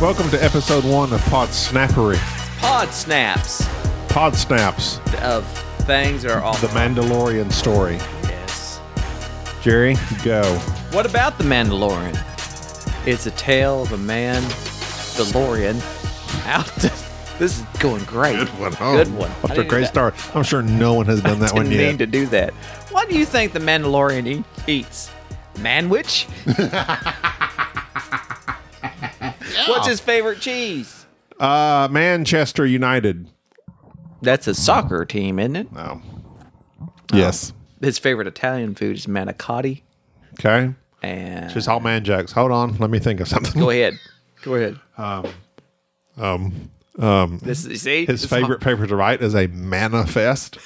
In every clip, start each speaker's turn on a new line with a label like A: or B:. A: Welcome to episode one of Pod Snappery,
B: pod snaps
A: Pod Snaps,
B: of things that are off.
A: the Mandalorian story.
B: Yes.
A: Jerry, go.
B: What about the Mandalorian? It's a tale of a man, DeLorean, out. To, this is going great. Good one. I
A: After a
B: didn't
A: great
B: do
A: start. I'm sure no one has done that one
B: Didn't mean
A: yet.
B: to do that. What do you think the Mandalorian e- eats? Manwich. What's his favorite cheese?
A: Uh, Manchester United. Oh.
B: That's a soccer team, isn't it?
A: No. Yes.
B: His favorite Italian food is manicotti.
A: Oh. Okay.
B: And
A: Just all man jacks. Hold on. Let me think of something.
B: go ahead, go ahead.
A: Um,
B: This is see
A: his
B: It's-
A: favorite paper to write is a manifest.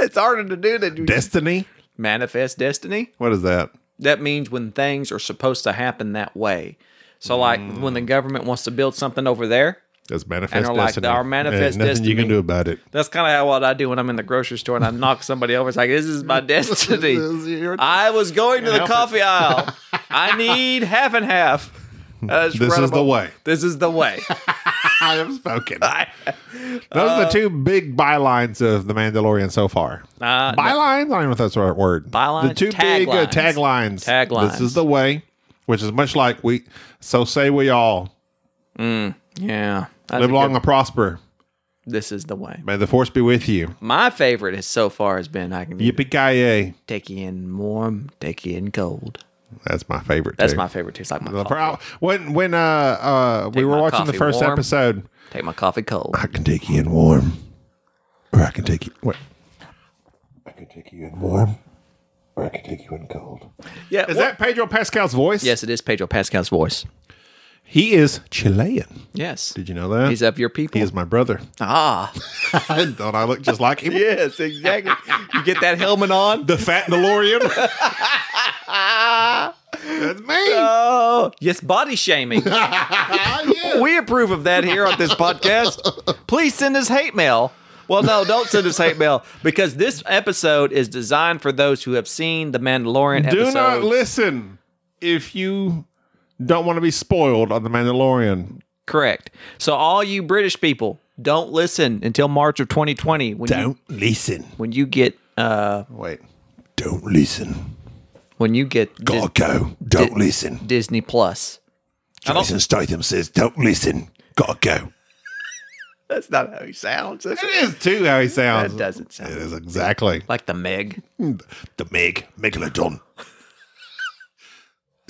B: It's harder to do than
A: Destiny.
B: manifest destiny.
A: What is that?
B: That means when things are supposed to happen that way. So, like when
A: Mm.
B: the government wants to build something over there,
A: That's manifest
B: And they're like,
A: destiny.
B: our manifest
A: Ain't nothing you
B: destiny.
A: can do about it.
B: that's kind of how what I do when I'm in the grocery store and I knock somebody over. It's like this is my destiny.
A: This is your-
B: I was going to the
A: Help it.
B: coffee aisle. I need half and half. This
A: is the way.
B: This is the way.
A: I have spoken. Those are the two big bylines of The Mandalorian so far.
B: Uh,
A: bylines? I don't know if that's the right word.
B: Bylines?
A: The two big uh,
B: Taglines.
A: taglines.
B: Taglines.
A: This is the way, which is much like we, so say we all,
B: yeah. That's
A: live
B: a
A: long
B: good-
A: and prosper.
B: This is the way.
A: May the force be with you.
B: My favorite has so far has been I can
A: Yippee ki
B: take you in warm, take you in cold.
A: That's my favorite.
B: That's
A: too.
B: my favorite too. It's like my
A: The pro-
B: coffee.
A: when when uh, uh, we
B: Take
A: were
B: my
A: watching the
B: coffee
A: first
B: warm.
A: episode,
B: Take my coffee cold.
A: I can take you in warm, or I can take you. Wait. I can take you in warm, or I can take you in cold.
B: Yeah.
A: Is that Pedro Pascal's voice?
B: Yes, it is Pedro Pascal's voice.
A: He is Chilean.
B: Yes.
A: Did you know that?
B: He's of your people.
A: He is my brother.
B: ah.
A: I thought I looked just like him.
B: Yes, exactly. you get that helmet on.
A: The Fat DeLorean. That's me.
B: Oh, yes, body shaming.
A: Oh, yeah.
B: we approve of that here on this podcast. Please send us hate mail. Well, no, don't send us hate mail because this episode is designed for those who have seen the Mandalorian
A: Do
B: episode.
A: not listen if you don't want to be spoiled on The Mandalorian.
B: Correct. So, all you British people, don't listen until March of 2020 when you,
A: listen.
B: when you get uh,
A: Wait. Don't listen.
B: when you get Dis-
A: go. Don't listen.
B: Disney Plus. Jason
A: Statham says, don't listen. Gotta go.
B: That's not how he sounds. That's
A: It is too how he sounds.
B: That doesn't sound-
A: It is exactly.
B: like the Meg.
A: The Meg, Megalodon.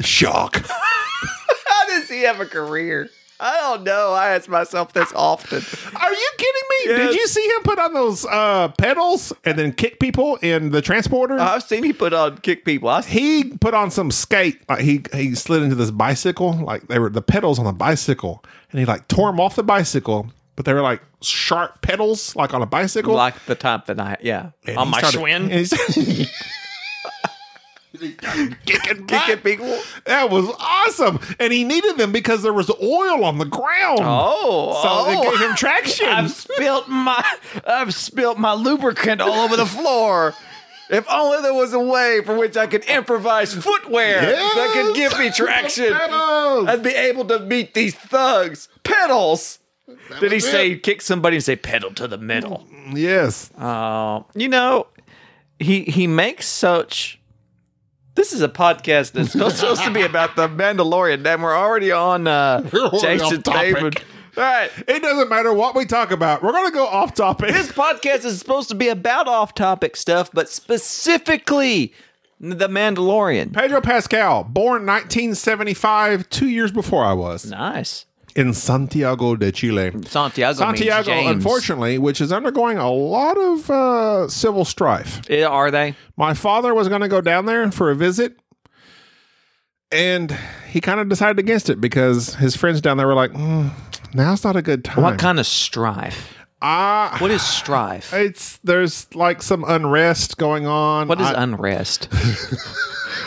A: Shark.
B: How does he have a career? I don't know. I ask myself this often.
A: Are you kidding me?
B: Yes.
A: Did you see him put on those uh, pedals and then kick people in the transporter?
B: I've seen he put on kick people. I
A: he put on some skate. Like he he slid into this bicycle. Like they were the pedals on the bicycle, and he like tore them off the bicycle. But they were like sharp pedals, like on a bicycle.
B: like the type that I yeah
A: And
B: on
A: he
B: my
A: started- and
B: Schwinn.
A: he started- Kicking
B: Kicking
A: butt.
B: people.
A: That was awesome, and he needed them because there was oil on the ground.
B: Oh,
A: so it
B: oh.
A: gave him traction.
B: I've spilt my I've spilt my lubricant all over the floor. If only there was a way for which I could improvise footwear that could
A: Yes.
B: give me traction.
A: Pedals.
B: I'd be able to meet these thugs. Pedals. Did he
A: was
B: say kick somebody and say pedal to the metal?
A: Yes,
B: Oh, you know, he he makes such. This is a podcast that's supposed to be about the Mandalorian, and we're already on uh,
A: We're already
B: Jason
A: off topic.
B: Tatum. All right,
A: It doesn't matter what we talk about. We're going to go off topic.
B: this podcast is supposed to be about off-topic stuff, but specifically the Mandalorian.
A: Pedro Pascal, born 1975, two years before I was,
B: Nice,
A: in Santiago de Chile.
B: Santiago. means
A: Santiago,
B: Mm. James.
A: unfortunately, which is undergoing a lot of uh, civil strife.
B: Eh, are they?
A: My father was going to go down there for a visit, and he kind of decided against it because his friends down there were like, "Mm, now's not a good time.
B: What kind of strife?
A: I-
B: What is strife?
A: it's there's like some unrest going on.
B: What is
A: I-
B: unrest?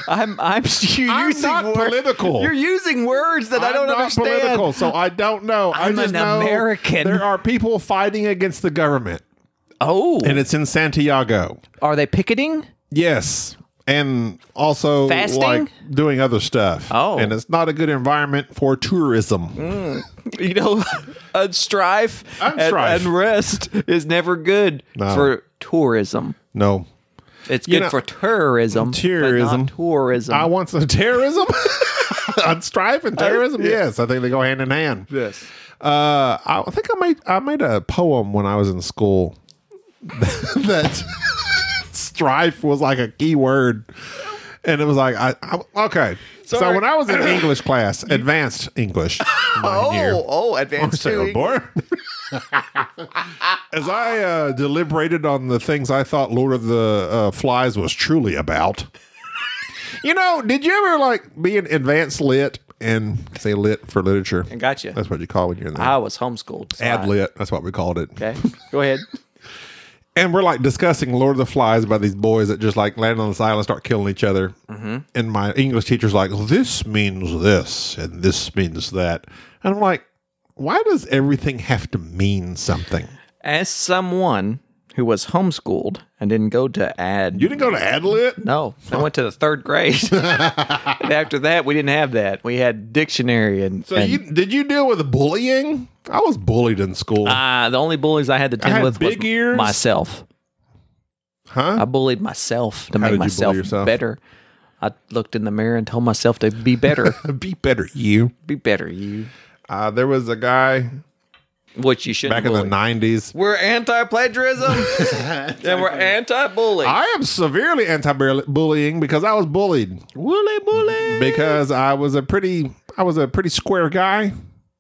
B: I'm I'm you
A: I'm
B: using
A: not
B: wor-
A: political.
B: You're using words that I'm I
A: I'm
B: do
A: not
B: understand.
A: political, so I don't know. I
B: I'm
A: just
B: an
A: know
B: American.
A: There are people fighting against the government,
B: Oh,
A: and it's in Santiago.
B: are they picketing?
A: Yes, and also
B: Fasting?
A: like doing other stuff.
B: Oh. Mm.
A: and it's not a good environment for tourism.
B: you know, and strife and
A: Unstrife.
B: unrest is never good
A: No.
B: for tourism.
A: No,
B: It's good
A: know,
B: for terrorism. But
A: terrorism.
B: not tourism.
A: I want some terrorism. On strife and terrorism, yes, I think they go hand in hand.
B: yes.
A: Uh, I think I made I made a poem when I was in school that strife was like a key word, and it was like I, I okay. So
B: Sorry.
A: when I was in English class, advanced English, mind you,
B: Oh, oh, advanced
A: Say,
B: doing-
A: boy. As I uh, deliberated on the things I thought Lord of the uh, Flies was truly about, you know, did you ever like be an advanced lit and say lit for literature?
B: I got you.
A: That's what you call when you're in the
B: I was homeschooled. so I-
A: ad lit. That's what we called it.
B: Okay, go ahead.
A: And we're like discussing Lord of the Flies by these boys that just like land on this island and start killing each other.
B: Mm-hmm.
A: And my English teacher's like, this means this and this means that. And I'm like, why does everything have to mean something?
B: As someone who was homeschooled and didn't go to ad.
A: You didn't go to Adlit?
B: no, I went to the third grade. and after that, we didn't have that. We had dictionary and.
A: So
B: and-
A: you did you deal with bullying? I was bullied in school.
B: uh, the only bullies I had to deal
A: had
B: with
A: big
B: was
A: ears.
B: myself.
A: huh?
B: I bullied myself to
A: did you
B: make
A: bully
B: myself
A: yourself?
B: better. I looked in the mirror and told myself to be better.
A: Be better, you.
B: be better, you.
A: Uh, there was a guy
B: What you shouldn't
A: back in the
B: bully.
A: nineties.
B: We're anti plagiarism and we're anti bullying.
A: I am severely anti-bullying because I was bullied.
B: Bully, bully.
A: because I was a pretty I was a pretty square guy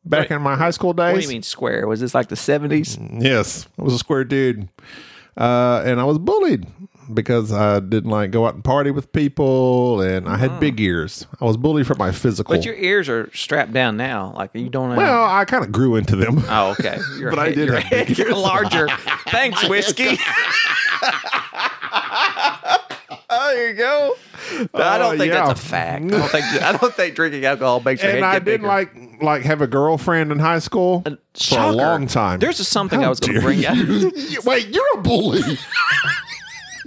A: back in my high school days.
B: What do you mean square? Was this like the 70s?
A: Yes, I was a square dude, uh, and I was bullied because I didn't like go out and party with people, and I had big ears. I was bullied for my physical.
B: Mm. But your ears are strapped down now. Like you don't have.
A: well, I kind of grew into them.
B: oh, okay. Your
A: But I
B: head-
A: did
B: Your
A: have big
B: head, you're larger. Thanks, whiskey. oh, there you go. But I
A: Oh,
B: don't think
A: yeah.
B: that's a fact. I don't think I don't think drinking alcohol makes your
A: and
B: head
A: I
B: get
A: didn't
B: bigger.
A: like like have a girlfriend in high school for a
B: Shocker.
A: long time.
B: There's just something I was going to
A: dare
B: bring up.
A: Wait, you're a bully.
B: something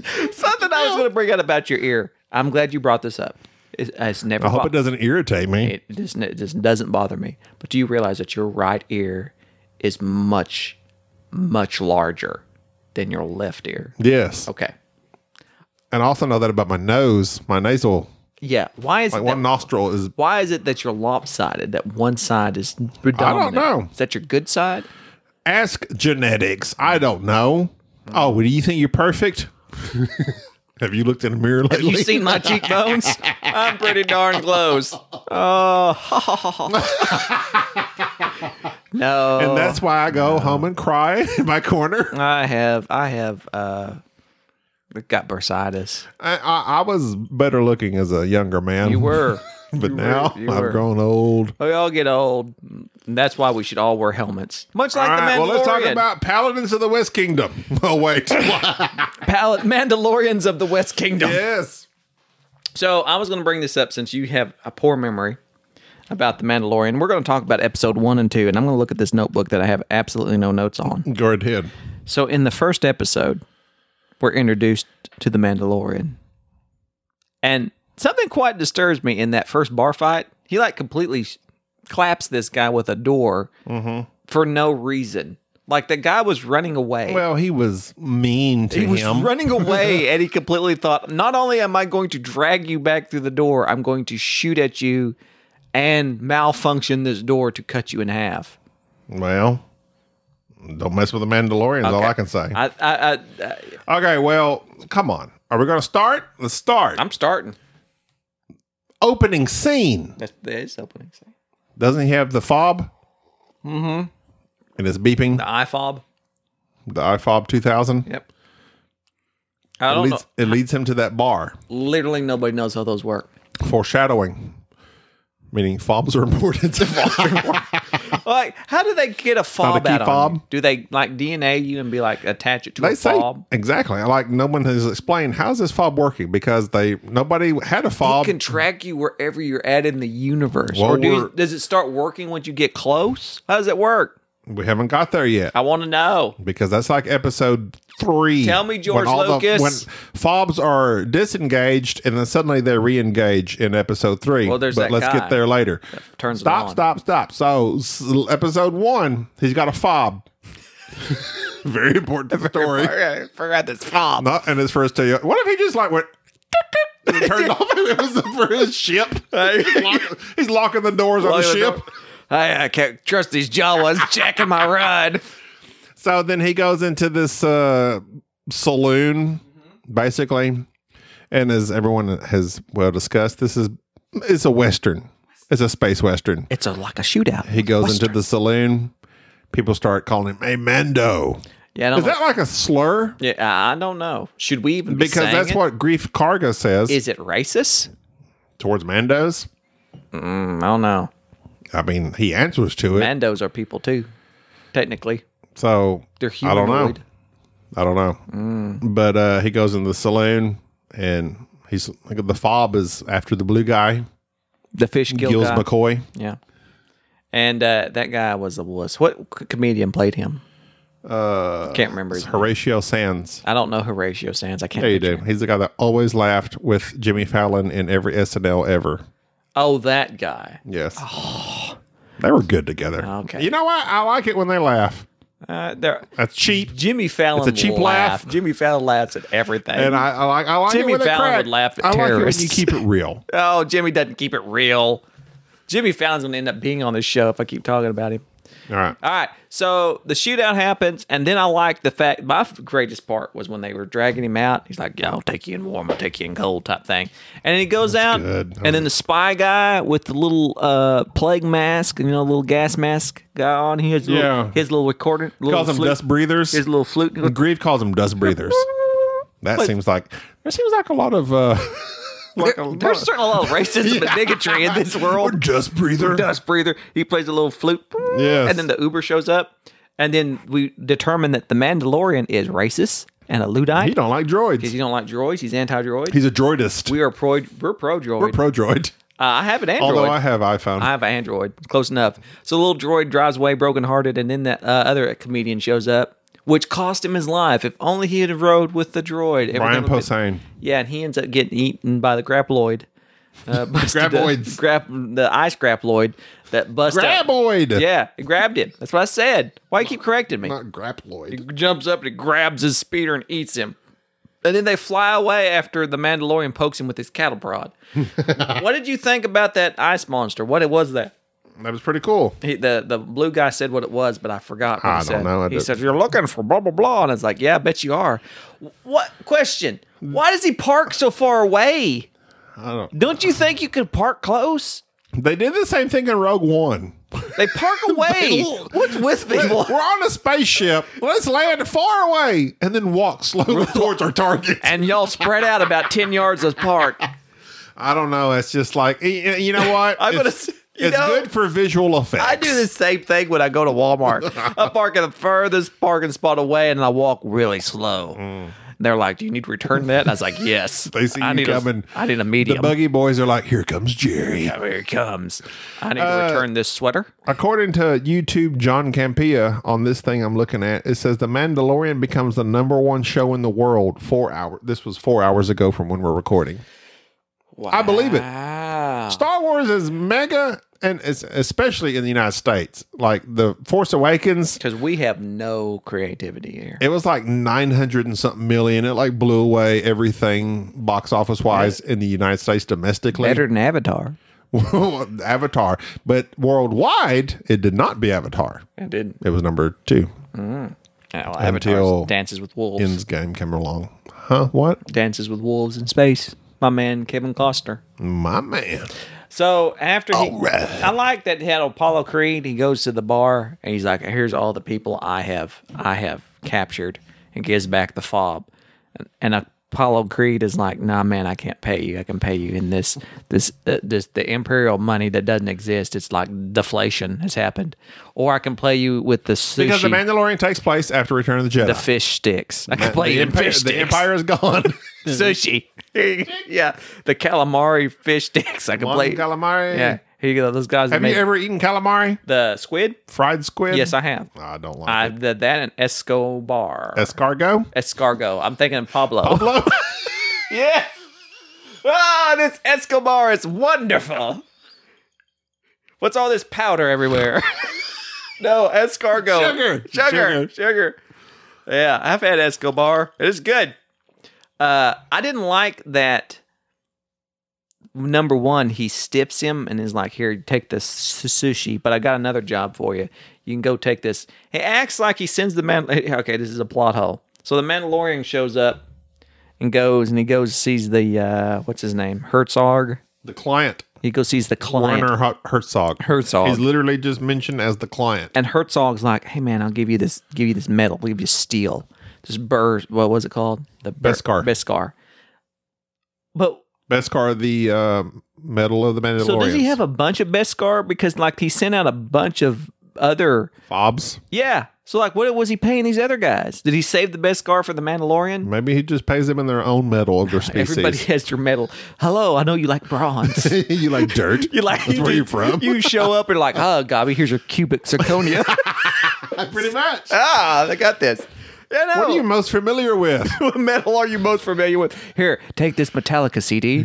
B: I was going to bring up about your ear. I'm glad you brought this up. It, it's never.
A: I hope
B: bo-
A: it doesn't irritate me.
B: it just, it just doesn't bother me. But do you realize that your right ear is much, much larger than your left ear?
A: Yes,
B: Okay.
A: and I also know that about my nose, my nasal.
B: Yeah. Why is
A: Like
B: it
A: one
B: that,
A: nostril is
B: why is it that you're lopsided? That one side is predominant.
A: know.
B: Is that your good side?
A: Ask genetics. I don't know. Oh, well, do you think you're perfect? Have you looked in a mirror lately?
B: You seen my cheekbones? I'm pretty darn close. Oh. Oh, no.
A: and that's why I go home and cry in my corner.
B: I have. I have. uh Got bursitis.
A: I, I, I was better looking as a younger man.
B: You were.
A: But
B: you were-
A: now
B: you
A: I've
B: were.
A: grown old.
B: We all Oh, get old. And that's why we should all wear helmets. Much like
A: All
B: the
A: right, well,
B: Mandalorian.
A: let's talk about Paladins of the West Kingdom. Oh, wait.
B: Pal- Mandalorians of the West Kingdom.
A: yes.
B: So I was going to bring this up since you have a poor memory about the Mandalorian. We're going to talk about episode one and two, and I'm going to look at this notebook that I have absolutely no notes on.
A: Go right ahead.
B: So in the first episode, we're introduced to the Mandalorian, and something quite disturbs me in that first bar fight. He like completely s- claps this guy with a door
A: Mm-hmm.
B: for no reason. Like the guy was running away.
A: Well, he was mean to
B: He was
A: him.
B: running away, and he completely thought, not only am I going to drag you back through the door, I'm going to shoot at you and malfunction this door to cut you in half.
A: well, don't mess with the Mandalorians, all I can say.
B: I, I, I,
A: okay, well, come on. Are we going to start? Let's start.
B: I'm starting.
A: Opening scene.
B: That's, that's opening scene.
A: Doesn't he have the fob? Mm-hmm. And it's beeping
B: The iFob.
A: the iFob 2000.
B: Yep. I
A: It
B: don't know.
A: leads, it leads him to that bar.
B: Literally, nobody knows how those work.
A: Foreshadowing, meaning fobs are important.
B: Like, how do they get a fob
A: key
B: out of
A: fob?
B: you? Do they like DNA you and be like attach it to
A: they
B: a
A: say
B: fob?
A: exactly. Like no one has explained how's this fob working because they nobody had a fob.
B: Can track you wherever you're at in the universe,
A: Well,
B: or do you,
A: we're-
B: does it start working once you get close? How does it work?
A: We haven't got there yet
B: I want to know.
A: because that's like episode three.
B: Tell me, George
A: all
B: Lucas.
A: when fobs are disengaged and then suddenly they re-engage in episode three.
B: Well, there's
A: but
B: that
A: let's
B: guy.
A: get there later.
B: Turns it
A: Stop,
B: on.
A: stop, stop. So, s- episode one, he's got a fob. Very important to the story.
B: I forgot this fob.
A: Not in his first two. What if he just like went toot, toot, and turned off and it was for his ship? He's locking, he's locking the doors on the ship.
B: I, I can't trust these Jawas checking my ride.
A: So then he goes into this uh, saloon, basically, and as everyone has well discussed, this is it's a western. It's a space western.
B: It's a, like a shootout.
A: He goes into the saloon. People start calling him a Mando.
B: Yeah, I don't,
A: Is that like a slur?
B: yeah, I I don't know. Should we even be
A: Because
B: saying
A: that's
B: it?
A: what Grief Karga says
B: Is it racist?
A: towards Mandos.
B: Mm, I don't know.
A: I mean, he answers to it.
B: Mandos are people too, technically.
A: so
B: They're
A: I
B: humanoid. Mm.
A: don't know. I don't know. But uh, he goes in the saloon and he's the fob is after the blue guy,
B: The fish kill
A: Gills
B: guy.
A: McCoy.
B: yeah, and uh, that guy was the wuss. What c- comedian played him? Uh, can't remember. His name.
A: Horatio Sands.
B: I don't know Horatio Sands. I can't.
A: There you
B: picture
A: do. He's the guy that always laughed with Jimmy Fallon in every SNL ever.
B: Oh, that guy.
A: Yes. They were good together.
B: Oh. Okay.
A: You know what? I like it when they laugh.
B: Uh, there.
A: That's cheap.
B: Jimmy Fallon.
A: It's a cheap
B: laugh.
A: laugh.
B: Jimmy Fallon laughs at everything.
A: And I, I like I like
B: Jimmy
A: it when they
B: Fallon
A: crack.
B: would laugh at
A: I
B: terrorists.
A: like it when you keep it real.
B: oh, Jimmy doesn't keep it real. Jimmy Fallon's gonna end up being on this show if I keep talking about him.
A: All right.
B: All right, so the shootout happens, and then I like the fact. My f- greatest part was when they were dragging him out. He's like, "Yeah, I'll take you in warm, I'll take you in cold," type thing. And then he goes out,
A: good. That
B: and then the spy guy with the little uh, plague mask, you know, little gas mask guy on. He has a little,
A: Yeah.
B: he has a little recording, little
A: Calls them
B: flute,
A: dust breathers.
B: his little flute.
A: Grieve calls them dust breathers. That seems like there seems like a lot of uh like a
B: There's certainly a lot of racism and bigotry in this world.
A: Or dust breather.
B: dust breather. He plays a little flute.
A: Yes.
B: And then the Uber shows up. And then we determine that the Mandalorian is racist and a Luddite.
A: He don't like droids.
B: Because you don't like droids. He's anti droid.
A: He's a droidist.
B: We are pro we're pro droid.
A: pro droid.
B: uh, I have an Android.
A: Although I
B: I,
A: have iPhone.
B: have an Android. Close enough. So the little droid drives away brokenhearted, and then that uh, other comedian shows up, which cost him his life. If only he had rode with the droid. everything
A: Brian
B: would've been-
A: Posehn.
B: Yeah, and he ends up getting eaten by the graploid. Uh, busted up-
A: Graboids.
B: grap, the ice graploid that busted.
A: Graboid.
B: Yeah, it grabbed him. That's what I said. Why you keep correcting me?
A: Not graploid.
B: He jumps up and he grabs his speeder and eats him. And then they fly away after the Mandalorian pokes him with his cattle prod. what did you think about that ice monster? What it was that?
A: That was pretty cool.
B: He, the the blue guy said what it was, but I forgot. What
A: I
B: he
A: don't
B: said.
A: know. I
B: He
A: didn't-
B: says you're looking for blah blah blah, and it's like, yeah, I bet you are. What question? Why does he park so far away?
A: I don't
B: Don't you think you could park close?
A: They did the same thing in Rogue One.
B: They park away. What's with
A: We're
B: people?
A: on a spaceship. Let's land far away and then walk slowly towards our target.
B: And y'all spread out about ten yards apart.
A: I don't know. It's just like y- y- you know what?
B: I'm gonna
A: It's,
B: s- you
A: it's
B: know,
A: good for visual effects.
B: I do the same thing when I go to Walmart. I park in the furthest parking spot away and I walk really slow. And they're like, "Do you need to return that?" And I was like, "Yes."
A: Mm. They see
B: I
A: you
B: need a-
A: coming.
B: I need
A: The
B: a medium.
A: buggy boys are like, here comes Jerry.
B: Here it comes. I need
A: Uh,
B: to return this sweater.
A: According to YouTube John Campia on this thing I'm looking at, it says The Mandalorian becomes the number one show in the world four hour. This was four hours ago from when we're recording. I believe it.
B: Wow.
A: Star Wars is mega and it's especially in the United States. Like the Force Awakens,
B: Because we have no creativity here.
A: it was like nine hundred and something million. It like blew away everything box office wise in the United States domestically.
B: Better than Avatar.
A: Avatar. But worldwide, it did not be Avatar.
B: I didn't.
A: It was number two.
B: Avatar
A: Until-
B: dances with wolves.
A: Ends game came along. Huh? What?
B: dances with wolves in space. My man Kevin Costner.
A: My man.
B: So after he,
A: All right.
B: I like that he had Apollo Creed. He goes to the bar and he's like, "Here's all the people I have, I have captured," and gives back the fob. And, and Apollo Creed is like, "Nah, man, I can't pay you. I can pay you in this, this, uh, this, the imperial money that doesn't exist. It's like deflation has happened, or I can play you with the sushi,
A: Because the Mandalorian takes place after Return of the Jedi.
B: the fish sticks. I can play you in
A: Empire,
B: fish
A: the
B: sticks,
A: Empire is gone.
B: sushi, yeah, the calamari fish sticks. I can
A: One
B: play
A: calamari.
B: yeah, Here you go. Those guys that
A: Have you
B: made
A: ever eaten calamari?
B: the squid.
A: Fried squid?
B: Yes, I have.
A: I don't like
B: I
A: it.
B: did that and Escobar.
A: Escargot?
B: Escargo. I'm thinking of Pablo.
A: Pablo?
B: Yeah. Ah, this Escobar is wonderful. What's all this powder everywhere? no, escargot.
A: Sugar.
B: Sugar. Sugar.
A: Sugar.
B: Yeah, I've had Escobar. It is good. Uh, I didn't like that. Number one, he stips him and is like, "Here, take this s- sushi." But I got another job for you. You can go take this. He acts like he sends the man. Okay, this is a plot hole. So the Mandalorian shows up and goes, and he goes and sees the uh, what's his name Herzog.
A: the client.
B: He goes sees the client
A: Werner Her- Herzog.
B: Herzog.
A: He's literally just mentioned as the client.
B: and Herzog's like, "Hey man, I'll give you this, give you this metal, I'll give you steel, this burr. What was it called? The bur-
A: Beskar.
B: Beskar. But
A: Beskar, the uh, Medal of the Mandalorian.
B: so does he have a bunch of Beskar? Because like he sent out a bunch of other,
A: Fobs?
B: yeah. So like, what was he paying these other guys? Did he save the Beskar for the Mandalorian?
A: Maybe he just pays them in their own medal of their species.
B: Everybody has their metal. Hello, I know you like bronze.
A: you like dirt?
B: You like
A: That's
B: you
A: where
B: do-
A: you're from?
B: You show up and like, oh, Gobby, here's your cubic zirconia.
A: Pretty much.
B: ah, they got this. You know,
A: What are you most familiar with?
B: what metal are you most familiar with? Here, take this Metallica CD.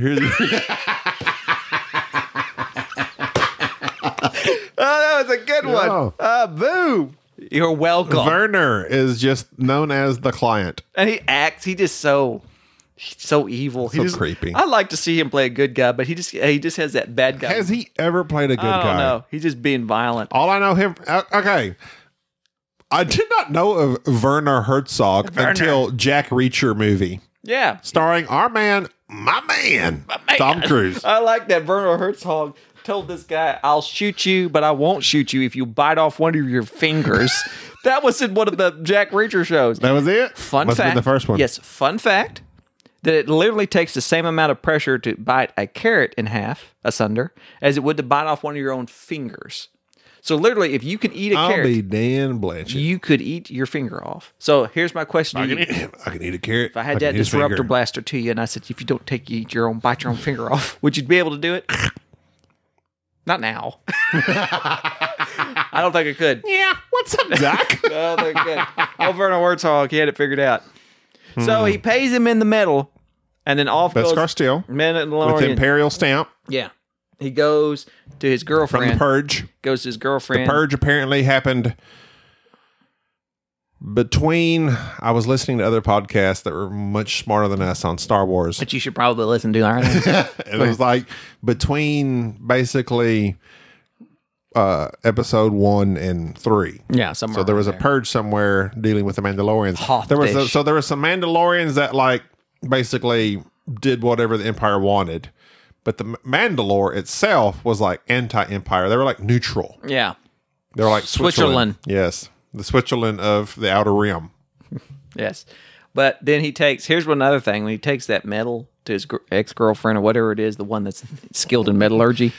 B: Oh, that was a good
A: Yeah.
B: Uh, boom. You're welcome.
A: Werner is just known as the client.
B: and he acts. He just so. He's so evil. He
A: So
B: just-
A: creepy.
B: I like to see him play a good guy, but he just he just has that bad guy.
A: Has he ever played a good
B: Oh. I don't
A: guy?
B: know. He's just being violent.
A: All I know him. uh, Okay. I did not know of Werner Herzog until Jack Reacher movie
B: Yeah.
A: starring our man, my man, Tom Cruise.
B: I like that Werner Herzog told this guy, I'll shoot you, but I won't shoot you if you bite off one of your fingers. that was in one of the Jack Reacher shows.
A: That was it.
B: Fun
A: Must have
B: fact.
A: been the first one.
B: Yes, fun fact that it literally takes the same amount of pressure to bite a carrot in half, asunder, as it would to bite off one of your own fingers. So literally, if you could eat a
A: I'll
B: carrot,
A: be Dan Blanchett.
B: you could eat your finger off. So here's my question.
A: I
B: to you.
A: can, eat, I can eat a carrot.
B: If I had that disruptor blaster to you, and I said, if you don't take you eat your own, bite your own finger off, would you be able to do it? Not now. I don't think I could.
A: Yeah. What's up, Zach?
B: I don't think I could. Oh, Werner Herzog, he had it figured out. So he pays him in the metal, and then off
A: Hmm. Best car
B: goes
A: still with
B: Mandalorian.
A: imperial stamp
B: yeah, he goes to his
A: from
B: girlfriend.
A: the Purge.
B: goes to his girlfriend.
A: Purge apparently happened between. I was listening to other podcasts that were much smarter than us on Star Wars.
B: But you should probably listen to our
A: And it was like between basically uh, episode one and three.
B: yeah. Somewhere
A: So there was a
B: around
A: purge somewhere dealing with the Mandalorians.
B: Hot
A: there was a-
B: dish.
A: so there were some Mandalorians that like basically did whatever the Empire wanted, but the Mandalore itself was like anti-Empire. They were like neutral.
B: there. yeah,
A: They were like Switzerland.
B: Switzerland.
A: Yes, the Switzerland of the Outer Rim.
B: Yes. But then he takes, here's one other thing. When he takes that metal to his ex girlfriend or whatever it is, the one that's skilled in metallurgy,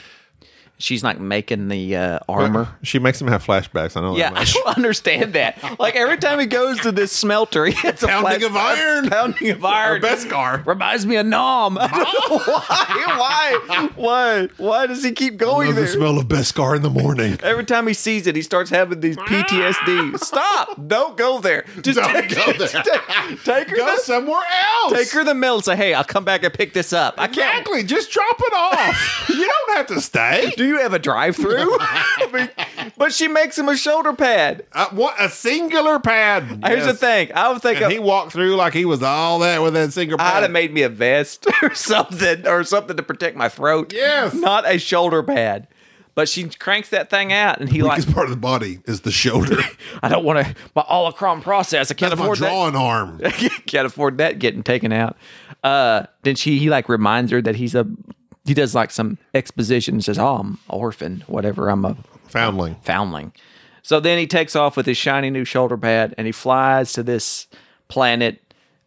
B: she's like making the uh, armor.
A: She makes them have flashbacks. I know.
B: Yeah,
A: That
B: I
A: much.
B: don't understand that. Like every time he goes to this smelter, he gets a
A: Pounding
B: flash-
A: of iron.
B: Pounding of iron.
A: Beskar.
B: Reminds me of Nom. I don't know why? Why? Why? Why does he keep going there?
A: smell of Beskar in the morning.
B: Every time he sees it, he starts having these PTSD. Stop! Don't go there. Just
A: Don't
B: take,
A: go there.
B: Take, take her
A: Go
B: to-
A: somewhere else.
B: Take her the mail and say, hey, I'll come back and pick this up. I can't.
A: Exactly. Just drop it off. you don't have to stay.
B: Do you have a drive through? but she makes him a shoulder pad.
A: Uh, what a singular pad.
B: Here's the
A: Yes.
B: thing. I would think
A: And
B: of,
A: he walked through like he was all that with that single
B: I'd
A: pad.
B: have made me a vest or something or something to protect my throat.
A: Yes.
B: Not a shoulder pad. But she cranks that thing out and he like,
A: part of the body is the shoulder.
B: I don't want to my holocron process. I can't afford that.
A: arm.
B: can't afford that getting taken out. Uh, then she he like reminds her that he's a he does like some exposition and says, Oh, I'm an orphan, whatever, I'm a
A: Foundling.
B: foundling. So then he takes off with his shiny new shoulder pad and he flies to this planet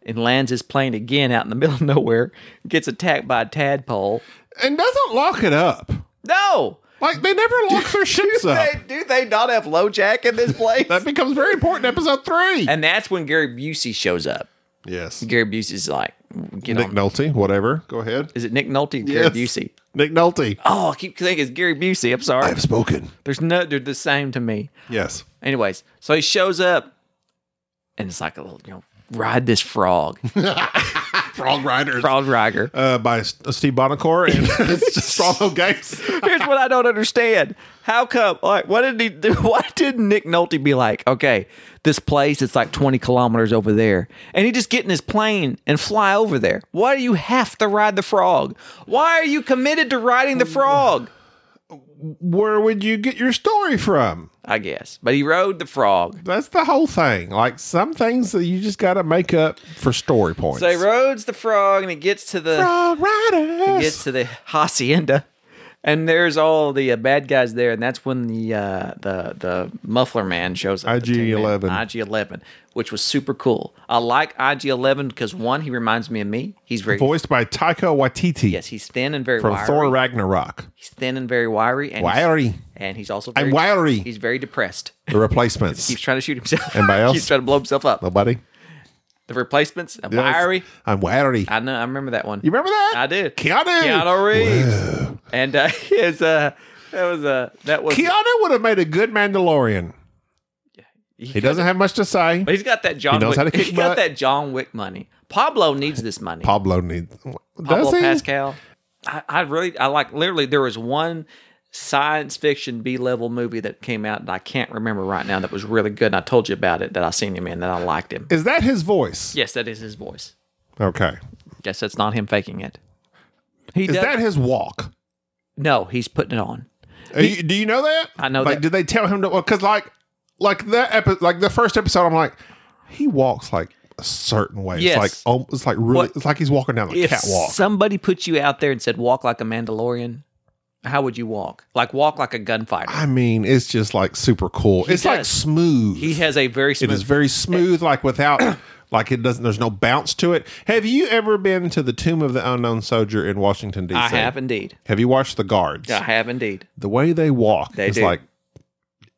B: and lands his plane again out in the middle of nowhere, gets attacked by a tadpole.
A: And doesn't lock it up.
B: No!
A: Like they never lock their ships up.
B: They, do they not have LoJack in this place?
A: That becomes very important in episode three.
B: and that's when Gary Busey shows up.
A: yes.
B: Gary Busey's like, get
A: Nick
B: on.
A: Nolte, whatever. Go ahead.
B: Is it Nick Nolte or Gary
A: Yes.
B: Busey?
A: Nick Nolte.
B: Oh, I keep thinking it's Gary Busey. I'm sorry.
A: I've spoken.
B: There's no, they're the same to me.
A: Yes.
B: Anyways, so he shows up, and it's like a little, you know, ride this frog,
A: Frog Riders.
B: frog Riger.
A: uh, by S- uh, Steve Bonacore and Stronghold Games.
B: Here's what I don't understand. How come? Like, what did he do? Why did Nick Nolte be like, okay, this place it's like 20 kilometers over there, and he just get in his plane and fly over there? Why do you have to ride the frog? Why are you committed to riding the frog?
A: Where would you get your story from?
B: I guess, but he rode the frog.
A: That's the whole thing. Like some things that you just got to make up for story points.
B: So he rodes the frog, and he gets to the
A: Frog Riders.
B: gets to the hacienda, and there's all the uh, bad guys there, and that's when the uh, the the muffler man shows up. the Tin Man.
A: IG-11.
B: IG11, which was super cool. I like IG11 because one, he reminds me of me. He's very
A: Voiced by Taika Waititi
B: yes, he's thin and very
A: from
B: wiry.
A: Thor Ragnarok.
B: he's thin and very wiry, and he's-
A: Wiry.
B: and he's also
A: I'm
B: very,
A: wiry.
B: He's very depressed.
A: The
B: He's
A: replacements.
B: trying to shoot himself.
A: Anybody else?
B: he's trying to blow himself up.
A: Nobody.
B: The replacements, I'm
A: Yes.
B: wiry.
A: I'm wiry.
B: I know. I remember that one.
A: you remember that?
B: I do.
A: Keanu.
B: Keanu Reeves. And uh, his uh, that was uh, that was
A: Keanu would have made a good Mandalorian. He doesn't have much to say.
B: But he's got that John.
A: knows
B: Wick,
A: how to kick
B: he's got
A: butt.
B: that John Wick money. Pablo needs this money.
A: Pablo needs.
B: Pablo
A: does he?
B: Pascal. I, I really, I like. Literally, there was one science fiction B level movie that came out that I can't remember right now that was really good. And I told you about it that I seen him in that I liked him.
A: Is that his voice?
B: Yes, that is his voice.
A: Okay.
B: Yes, that's not him faking it. He
A: Is
B: does.
A: that his walk?
B: no, he's putting it on.
A: Are you, do you know that?
B: I know
A: Like,
B: that.
A: did they tell him to? Because like, like that epi- like the first episode, I'm like, he walks like a certain way.
B: Yes.
A: It's like, um, it's like really,
B: What-
A: it's like he's walking down the
B: if
A: catwalk.
B: somebody put you out there and said walk like a Mandalorian, how would you walk? Like walk like a gunfighter.
A: I mean, it's just like super cool. It's like
B: does.
A: smooth.
B: He has a very
A: it is
B: smooth.
A: very smooth, like without. Like it doesn't. There's no bounce to it. Have you ever been to the Tomb of the Unknown Soldier in Washington D.C.?
B: I have indeed.
A: Have you watched the guards?
B: I have indeed.
A: The way they walk
B: They
A: is
B: do.
A: like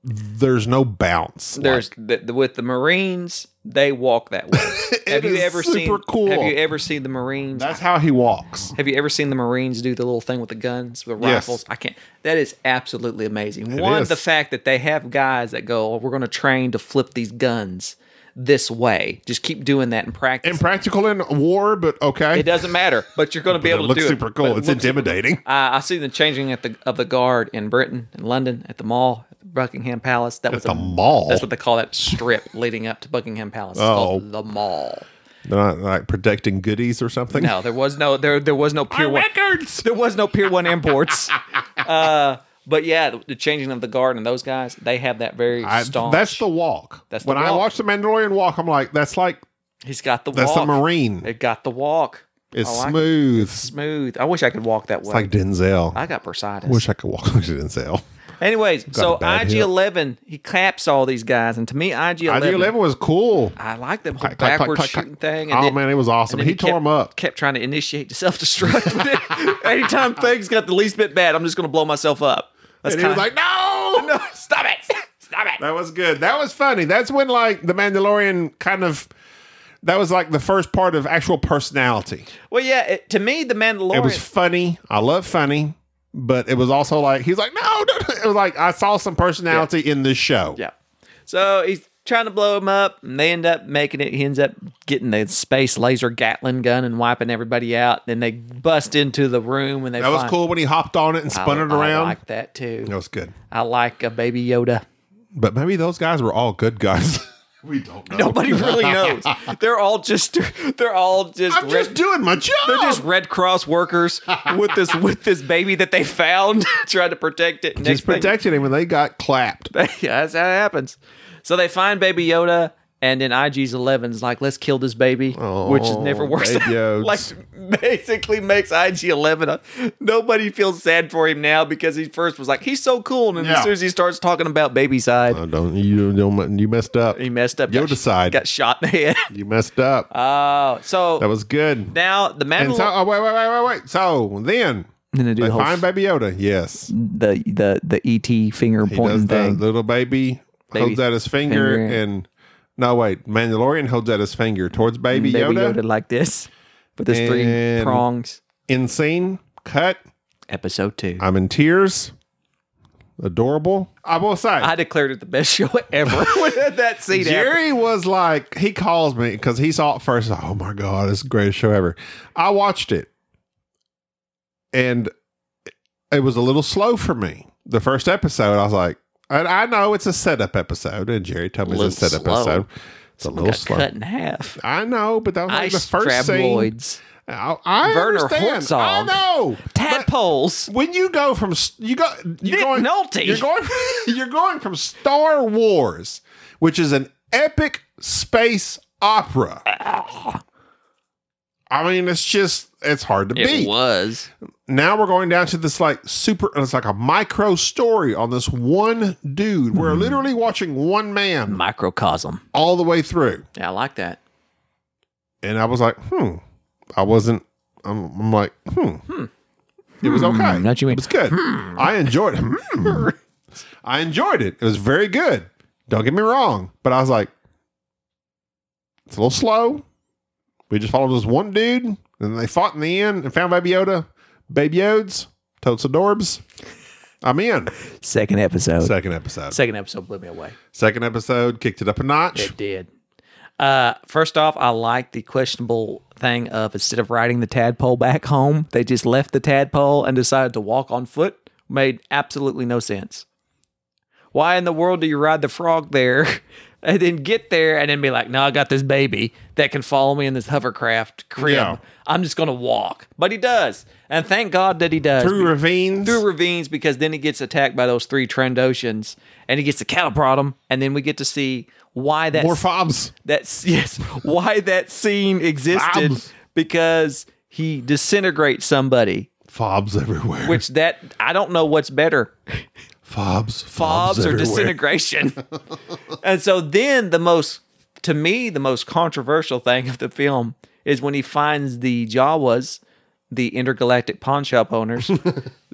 A: there's no bounce.
B: There's the, the, with the Marines. They walk that way. have you
A: is
B: ever
A: super
B: seen?
A: cool.
B: Have you e-, ever seen the Marines?
A: That's how he walks.
B: have you ever seen the Marines do the little thing with the guns, with the
A: Yes.
B: rifles? I can't. That is absolutely amazing. One,
A: is.
B: the fact that they have guys that go, oh, "We're going to train to flip these guns this way. Just keep doing that and practice."
A: Impractical in war, but okay.
B: it doesn't matter, but you're going to be
A: It
B: able to
A: looks
B: do
A: super
B: it.
A: cool.
B: But it
A: it's
B: looks-
A: intimidating.
B: I I see the changing at the of the guard in Britain in London at the mall, at the Buckingham Palace. That was
A: the mall?
B: That's what they call that strip leading up to Buckingham Palace. It's
A: Oh.
B: called the mall.
A: They're not like protecting goodies or something.
B: No, there was no there there was no pier one.
A: records.
B: There was no pier one imports. uh, but yeah, the, the changing of the guard and those guys, they have that very
A: I,
B: staunch.
A: that's the walk.
B: That's the
A: when I
B: walk.
A: watch the Mandalorian walk, I'm like, that's like
B: he's got the
A: that's
B: walk.
A: the Marine.
B: They got the walk.
A: It's
B: Oh, I like it.
A: smooth.
B: Smooth. I wish I could walk that way.
A: It's like Denzel. I
B: I got bursitis.
A: wish I could walk like Denzel.
B: Anyways, so
A: a bad hip.
B: IG Eleven, he claps all these guys, and to me, IG Eleven,
A: IG11 was cool.
B: I like the whole
A: Clack, clack,
B: backward
A: clack, clack,
B: shooting
A: clack.
B: thing.
A: Oh
B: then-
A: man, it was awesome.
B: and then
A: He, tore
B: kept,
A: him up.
B: Kept trying to initiate the self destruct. Anytime things got the least bit bad, I'm just going to blow myself up. That's
A: And he
B: kind
A: was
B: of
A: like, no!
B: no, stop it, stop it.
A: That was good. That was funny. That's when like the Mandalorian kind of that was like the first part of actual personality.
B: Well, yeah, it, to me, the Mandalorian.
A: It was funny. I love funny, but it was also like he's like, no, no, no." it was like I saw some personality in this show.
B: yeah. So he's trying to blow him up, and they end up making it. He ends up getting the space laser Gatlin gun and wiping everybody out. Then they bust into the room, and they
A: That was
B: find-
A: cool when he hopped on it and
B: I-
A: spun it
B: I
A: around.
B: like that too.
A: that was good.
B: I like a baby Yoda.
A: But maybe those guys were all good guys. we don't know.
B: Nobody really knows. They're all just they're all just,
A: I'm
B: red,
A: just doing my job.
B: they're just Red Cross workers with this with this baby that they found trying to protect it. Next
A: He's
B: thing-
A: protecting him and they got clapped.
B: yeah, that's how it happens. So they find baby Yoda. And then IG's 11's like, let's kill this baby, which is never works.
A: baby
B: out.
A: Yodes.
B: like, basically makes IG 11. A, nobody feels sad for him now because he first was like, he's so cool. And then
A: Yeah.
B: as soon as he starts talking about baby side,
A: I don't you don't you messed up.
B: he messed up.
A: Yoda
B: got, sh-
A: side.
B: Got shot in the head.
A: You messed up.
B: Oh, so
A: that was good.
B: now the
A: And so,
B: Mandalorian.
A: oh, wait, wait, wait, wait, wait. So then,
B: And they do
A: they
B: the, whole,
A: find Baby Yoda. Yes, he
B: the the the ET finger
A: does
B: pointing
A: the
B: thing.
A: little baby, holds out his finger,
B: Finger.
A: and no, wait, Mandalorian holds out his finger towards Baby,
B: Baby
A: Yoda,
B: Yoda like this. with his three
A: And-
B: prongs.
A: Insane. Cut.
B: Episode two.
A: I'm in tears. Adorable. I will say.
B: I declared it the best show ever when that scene happened.
A: Jerry was like, he calls me because he saw it first. Oh my God, it's the greatest show ever. I watched it and it was a little slow for me. The first episode, I was like, and I know it's a setup episode. And Jerry told me it's a
B: Little
A: setup
B: slow.
A: episode. It's a little
B: Got
A: slow.
B: cut in half.
A: I know, but that was like the
B: Ice
A: first scene.
B: trapezoids,
A: I, I
B: Werner
A: understand. I
B: Herzog.
A: know.
B: tadpoles.
A: When you go from s- you go you're
B: Nick
A: going
B: Nolte.
A: you're going you're going from Star Wars, which is an epic space opera. I mean, it's just it's hard to beat.
B: was.
A: Now we're going down to this like super. It's like a micro story on this one dude. We're literally watching one man
B: Microcosm.
A: all the way through,
B: Yeah, I like that.
A: and I was like, hmm. I wasn't. I'm, I'm like, hmm. It was okay.
B: Mm, Not you
A: It
B: mean.
A: was good. I enjoyed it. Hmm. I enjoyed it. It was very good. Don't get me wrong, but I was like, it's a little slow. We just followed this one dude, and they fought in the end and found Baby Yoda, Baby Yodes, Totes Adorbs. I'm in.
B: Second episode.
A: Second episode.
B: Second episode blew me away.
A: Second episode kicked it up a notch.
B: It did. Uh, first off, I like the questionable thing of instead of riding the tadpole back home, they just left the tadpole and decided to walk on foot. Made absolutely no sense. Why in the world do you ride the frog there and then get there and then be like, no, I got this baby that can follow me in this hovercraft crib.
A: Yeah.
B: I'm just going to walk. But he does. And thank God that he does.
A: Through ravines.
B: through ravines because then he gets attacked by those three Trandoshans and he gets the cataprodum and then we get to see why that
A: more fobs.
B: that's yes why that scene existed
A: Fobs.
B: because he disintegrates somebody
A: Fobs everywhere.
B: which that I don't know what's better
A: fobs.
B: fobs or
A: everywhere.
B: disintegration and so then the most to me the most controversial thing of the film is when he finds the Jawas the intergalactic pawn shop owners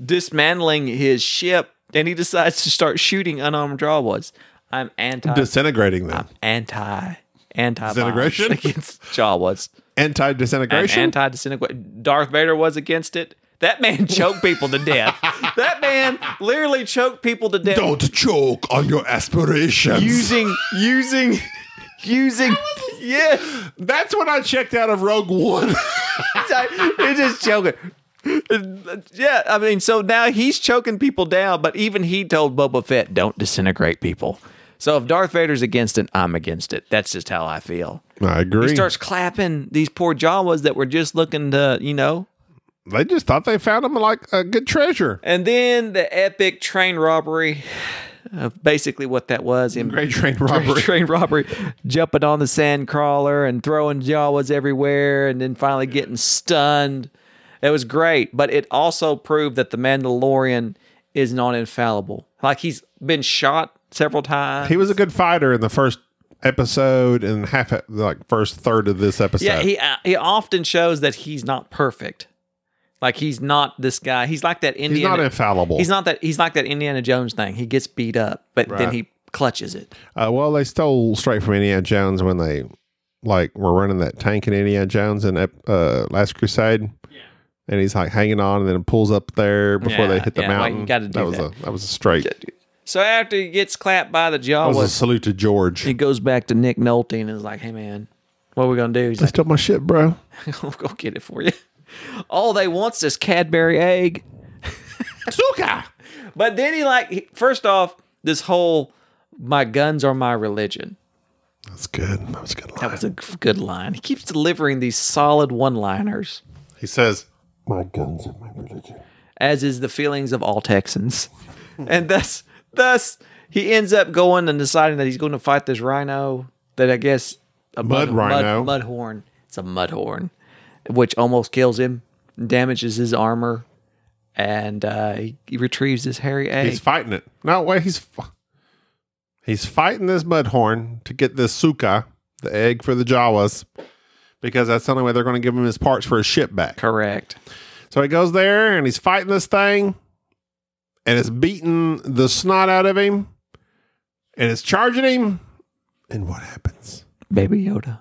B: dismantling his ship and he decides to start shooting unarmed Jawas I'm anti
A: Disintegrating
B: Uh,
A: them.
B: anti anti
A: Disintegration?
B: against Jawas.
A: Anti
B: And
A: disintegration.
B: anti disintegration. Darth Vader was against it. That man choked people to death. that man literally choked people to death
A: Don't choke on your aspirations.
B: using using using yes.
A: That's when I checked out of Rogue One.
B: It's just choking. Yeah, I mean, so now he's choking people down, but even he told Boba Fett, "Don't disintegrate people." So if Darth Vader's against it, I'm against it. That's just how I feel.
A: I agree.
B: He starts clapping these poor Jawas that were just looking to, you know.
A: they just thought they found him like a good treasure.
B: And then the epic train robbery of basically what that was in
A: Great train robbery.
B: train robbery, jumping on the sand crawler and throwing Jawas everywhere and then finally getting stunned. It was great, but it also proved that the Mandalorian is not infallible. Like he's been shot several times.
A: He was a good fighter in the first episode and half e, like first third of this episode.
B: Yeah, he uh, he often shows that he's not perfect. Like he's not this guy. He's like that Indian.
A: he's not infallible.
B: He's not that. He's like that Indiana Jones thing. He gets beat up, but then
A: Right.
B: he clutches it.
A: uh, well, they stole straight from Indiana Jones when they like were running that tank in Indiana Jones in ep- uh, Last Crusade. And he's like hanging on, and then pulls up there before they
B: Yeah,
A: hit the
B: yeah, well, you
A: mountain.
B: gotta do
A: that was
B: that.
A: a that was a straight.
B: So after he gets clapped by the
A: That was a
B: Jawas,
A: salute to George.
B: he goes back to Nick Nolte and is like, "Hey man, what are we gonna do?" He's
A: They
B: like,
A: stole my shit, bro.
B: "I'll go get it for you." All they wants is Cadbury egg. Suka. But then he like he- first off this whole my guns are my religion.
A: That's good. That was a good.
B: That was a g- good line. He keeps delivering these solid one-liners,
A: He says, "My guns are my religion."
B: as is the feelings of all Texans, and thus, thus he ends up going and deciding that he's going to fight this rhino that I guess a
A: Mud rhino.
B: mud, mudhorn. It's a mudhorn, which almost kills him, damages his armor, and uh, he, he retrieves his hairy egg.
A: He's fighting it. No wait, he's f- he's fighting this mudhorn to get this suka, the egg for the Jawas, because that's the only way they're going to give him his parts for his ship back.
B: Correct.
A: So he goes there and he's fighting this thing, and it's beating the snot out of him, and it's charging him. And what happens?
B: Baby Yoda.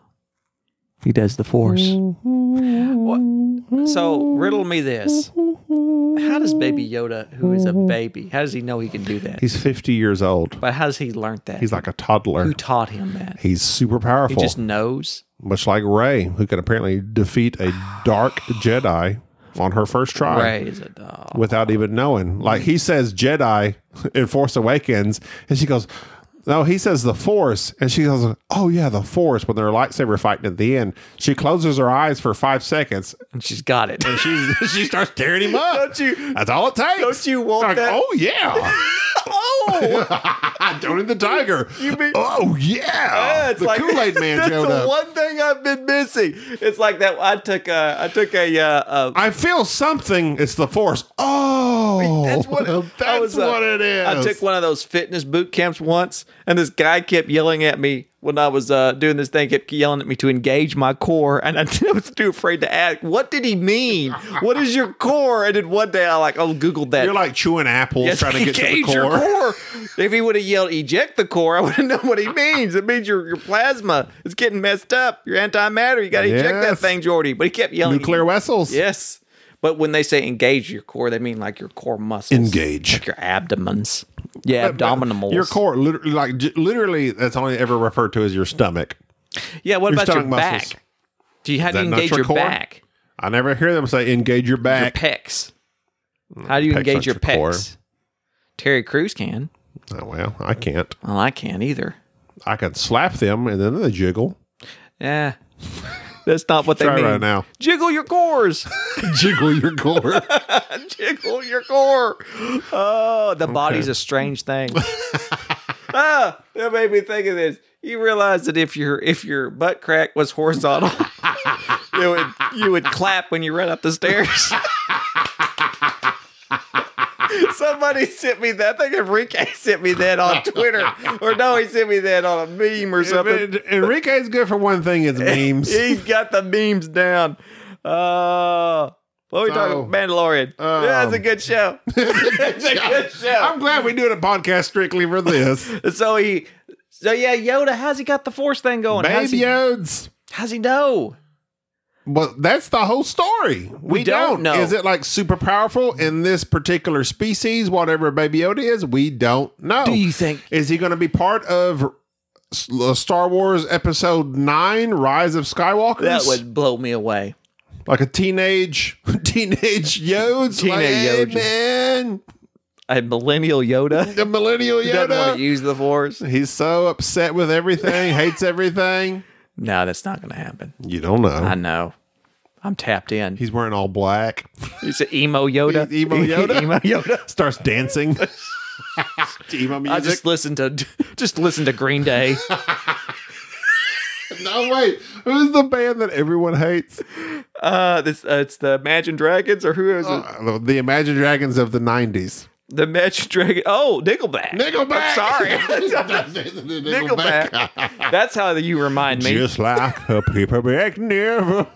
C: He does the force.
B: What? So riddle me this: How does Baby Yoda, who is a baby, how does he know he can do that?
A: He's 50 years old.
B: but how does he learn that?
A: He's like a toddler.
B: who taught him that?
A: He's super
B: He
A: powerful,
B: just knows.
A: much like Ray, who can apparently defeat a dark Jedi on her first try
B: Ray is a dog.
A: without even knowing. Like he says Jedi in Force Awakens, and she goes, No, he says the Force. And she goes, Oh, yeah, the Force. When they're lightsaber fighting at the end, she closes her eyes for five seconds
B: And she's got it.
A: and she's, she starts tearing him up. Don't you, That's all it takes.
B: don't you want
A: like,
B: that?
A: Oh, yeah.
B: oh,
A: Donald the Tiger. You mean, oh yeah,
B: it's
A: the
B: like-
A: Kool Aid Man
B: that's
A: showed
B: the
A: up.
B: one thing I've been missing. It's like that. I took a. I took a. Uh, uh,
A: I feel something. It's the Force. Oh,
B: That's what- I
A: that's
B: was, uh,
A: what it is.
B: I took one of those fitness boot camps once, and this guy kept yelling at me when I was uh, doing this thing. Kept yelling at me to engage my core, and I was too afraid to ask. What did he mean? What is your core? And then one day I like, oh, googled that.
A: You're like chewing apples,
B: Yes,
A: trying to get to the
B: engage your
A: core.
B: core. if he would have yelled "eject the core," I would have known what he means. It means your your plasma is getting messed up. Your antimatter. You got to eject that
A: Yes.
B: thing, Jordy. But he kept yelling
A: Nuclear vessels.
B: Yes. But when they say engage your core, they mean like your core muscles.
A: Engage.
B: Like your abdomens. Yeah,
A: But- but
B: abdominals.
A: Your core, literally, like j- literally, that's only ever referred to as your stomach.
B: Yeah, what
A: your
B: about your
A: stomach muscles.
B: back? Do you how do you
A: that not
B: engage
A: your
B: your,
A: core?
B: back?
A: I never hear them say engage your
B: Your
A: back. Mm,
B: pecs. How do you
A: pecs
B: engage
A: aren't
B: your
A: your core.
B: pecs? Terry Crews can.
A: oh, well, I can't.
B: Well, I can't either.
A: I can slap them and then they jiggle.
B: Yeah. That's not what they
A: Try
B: mean.
A: right now.
B: Jiggle your cores.
A: jiggle your core.
B: Jiggle your core. Oh, the body's a strange thing. ah, that made me think of this. You realize that if your if your butt crack was horizontal, you would you would clap when you run up the stairs. Somebody sent me that. I think Enrique sent me that on Twitter, or no, he sent me that on a meme or something.
A: Enrique's good for one thing. It's memes.
B: He's got the memes down. Uh, what are we
A: So,
B: talking? Mandalorian.
A: um,
B: yeah, it's a good show. it's a good show.
A: I'm glad we doing a podcast strictly for this.
B: So he, so yeah, Yoda. How's he got the Force thing going? How's
A: Baby
B: he,
A: Yodes.
B: how's he know?
A: Well, that's the whole story. We,
B: don't know.
A: Is it like super powerful in this particular species, whatever Baby Yoda is? We don't know.
B: Do you think?
A: is he going to be part of S- Star Wars Episode 9 Rise of Skywalker?
B: That would blow me away.
A: like a teenage, teenage Yodes?
B: Teenage
A: like, hey,
B: Yoda.
A: man,
B: A millennial Yoda
A: the millennial
B: who doesn't want
A: Yoda.
B: to use the Force.
A: He's so upset with everything, hates everything.
B: No, that's not going to happen.
A: You don't know.
B: I know. I'm tapped in.
A: He's wearing all black.
B: He's an emo Yoda.
A: He's emo Yoda?
B: emo Yoda.
A: Starts dancing. To emo
B: I
A: music.
B: just listened to just listen to Green Day.
A: No, wait. Who's the band that everyone hates?
B: Uh, this uh, it's the Imagine Dragons or who is it?
A: Uh, the- the Imagine Dragons of the 90s.
B: The Imagine Dragon. Oh, Nickelback.
A: Nickelback.
B: I'm sorry. Nickelback. That's how you remind me.
A: Just like a paperback never.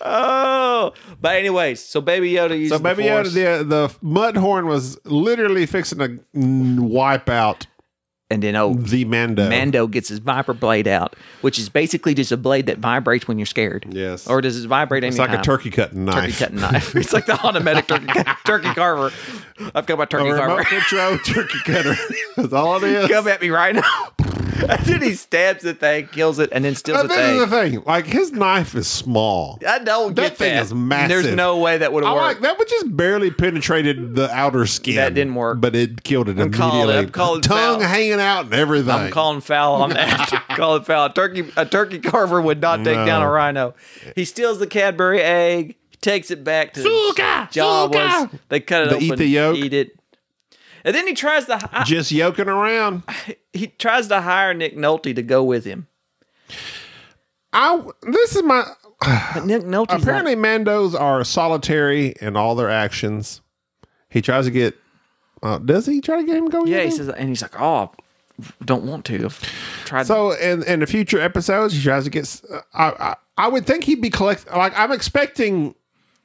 B: oh, but anyways, so Baby Yoda uses
A: So Baby
B: the
A: Yoda,
B: Force,
A: the, the Mudhorn was literally fixing to mm, wipe out
B: and then oh,
A: the Mando.
B: Mando gets his viper blade out, which is basically just a blade that vibrates when you're scared.
A: Yes.
B: Or does it vibrate
A: it's
B: anytime?
A: like a turkey cutting knife.
B: Turkey cutting knife. It's like the automatic turkey, turkey carver. I've got my
A: A
B: turkey
A: remote
B: carver.
A: control turkey cutter. That's all it is.
B: Come at me right now. and then he stabs the thing, kills it, and then steals
A: But
B: the
A: this
B: thing.
A: is the thing. Like his knife is small.
B: I don't
A: That
B: get
A: thing
B: that.
A: is massive.
B: There's no way that would
A: I
B: have
A: like
B: worked.
A: that would just barely penetrated the outer skin.
B: That didn't work.
A: but it killed it
B: calling it.
A: immediately.
B: I'm calling it
A: Tongue
B: foul.
A: hanging out and everything.
B: I'm calling foul on that. calling foul. A turkey, a turkey carver would not take down a
A: No.
B: rhino. He steals the Cadbury egg. He takes it back to
A: Suka!
B: Jawas.
A: Suka!
B: They cut it
A: They
B: open.
A: eat the yolk.
B: Eat it. And then he tries to hi-
A: just yoking around.
B: he tries to hire Nick Nolte to go with him.
A: I this is my
B: But Nick Nolte's
A: apparently
B: like,
A: Mandos are solitary in all their actions. He tries to get. Uh, does he try to get him to go? with
B: yeah, he
A: him?
B: says, and he's like, oh, don't want to. I've tried.
A: So in in the future episodes, uh, he tries to get. s- I I, I would think he'd be collect. Like I'm expecting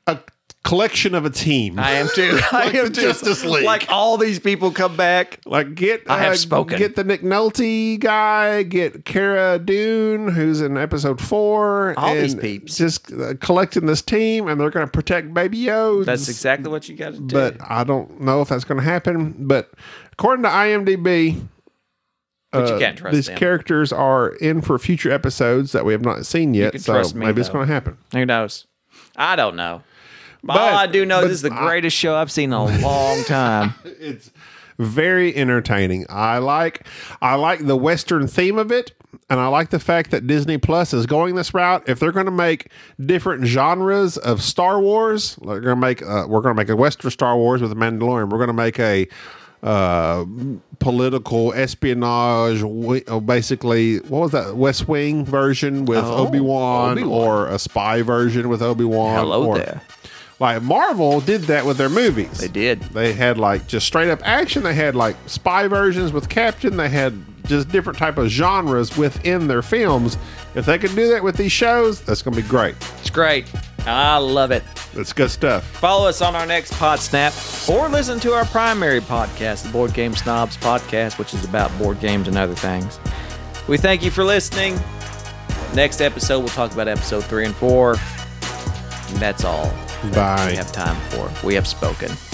A: a collection of a team.
B: I am too. I
A: Like
B: am
A: the
B: too.
A: Justice League.
B: Like all these people come back.
A: Like get uh,
B: I have spoken.
A: Get the Nick Nolte guy. Get Cara Dune, who's in episode four.
B: All
A: and
B: these peeps.
A: just uh, collecting this team, and they're going to protect Baby Yoda.
B: That's exactly what you got to do.
A: but I don't know if that's going to happen. But according to IMDb,
B: But you
A: uh,
B: can't trust
A: these
B: them.
A: characters are in for future episodes that we have not seen yet.
B: can
A: so
B: trust me,
A: maybe it's
B: though.
A: going to happen.
B: Who knows? I don't know. But,
A: But-
B: all I do know is
A: but
B: this is the greatest show I've seen in a long time.
A: It's very entertaining. I like I like the western theme of it and I like the fact that Disney Plus is going this route. If they're going to make different genres of Star Wars, like, they're going to make uh, we're going to make a western Star Wars with the Mandalorian. We're going to make a uh political espionage wi- uh, basically what was that west wing version with
B: Oh,
A: obi-wan,
B: Obi-Wan.
A: or a spy version with obi-wan
B: Hello
A: or-
B: there.
A: like marvel did that with their movies
B: They did.
A: they had like just straight up action they had like spy versions with captain they had just different type of genres within their films if they could do that with these shows that's gonna be great
B: It's great. I love it.
A: that's good stuff
B: Follow us on our next Pod Snap or listen to our primary podcast, the Board Game Snobs podcast, which is about board games and other things. We thank you for listening. Next episode, we'll talk about episode three and four. And that's all
A: bye
B: we have time for. We have spoken.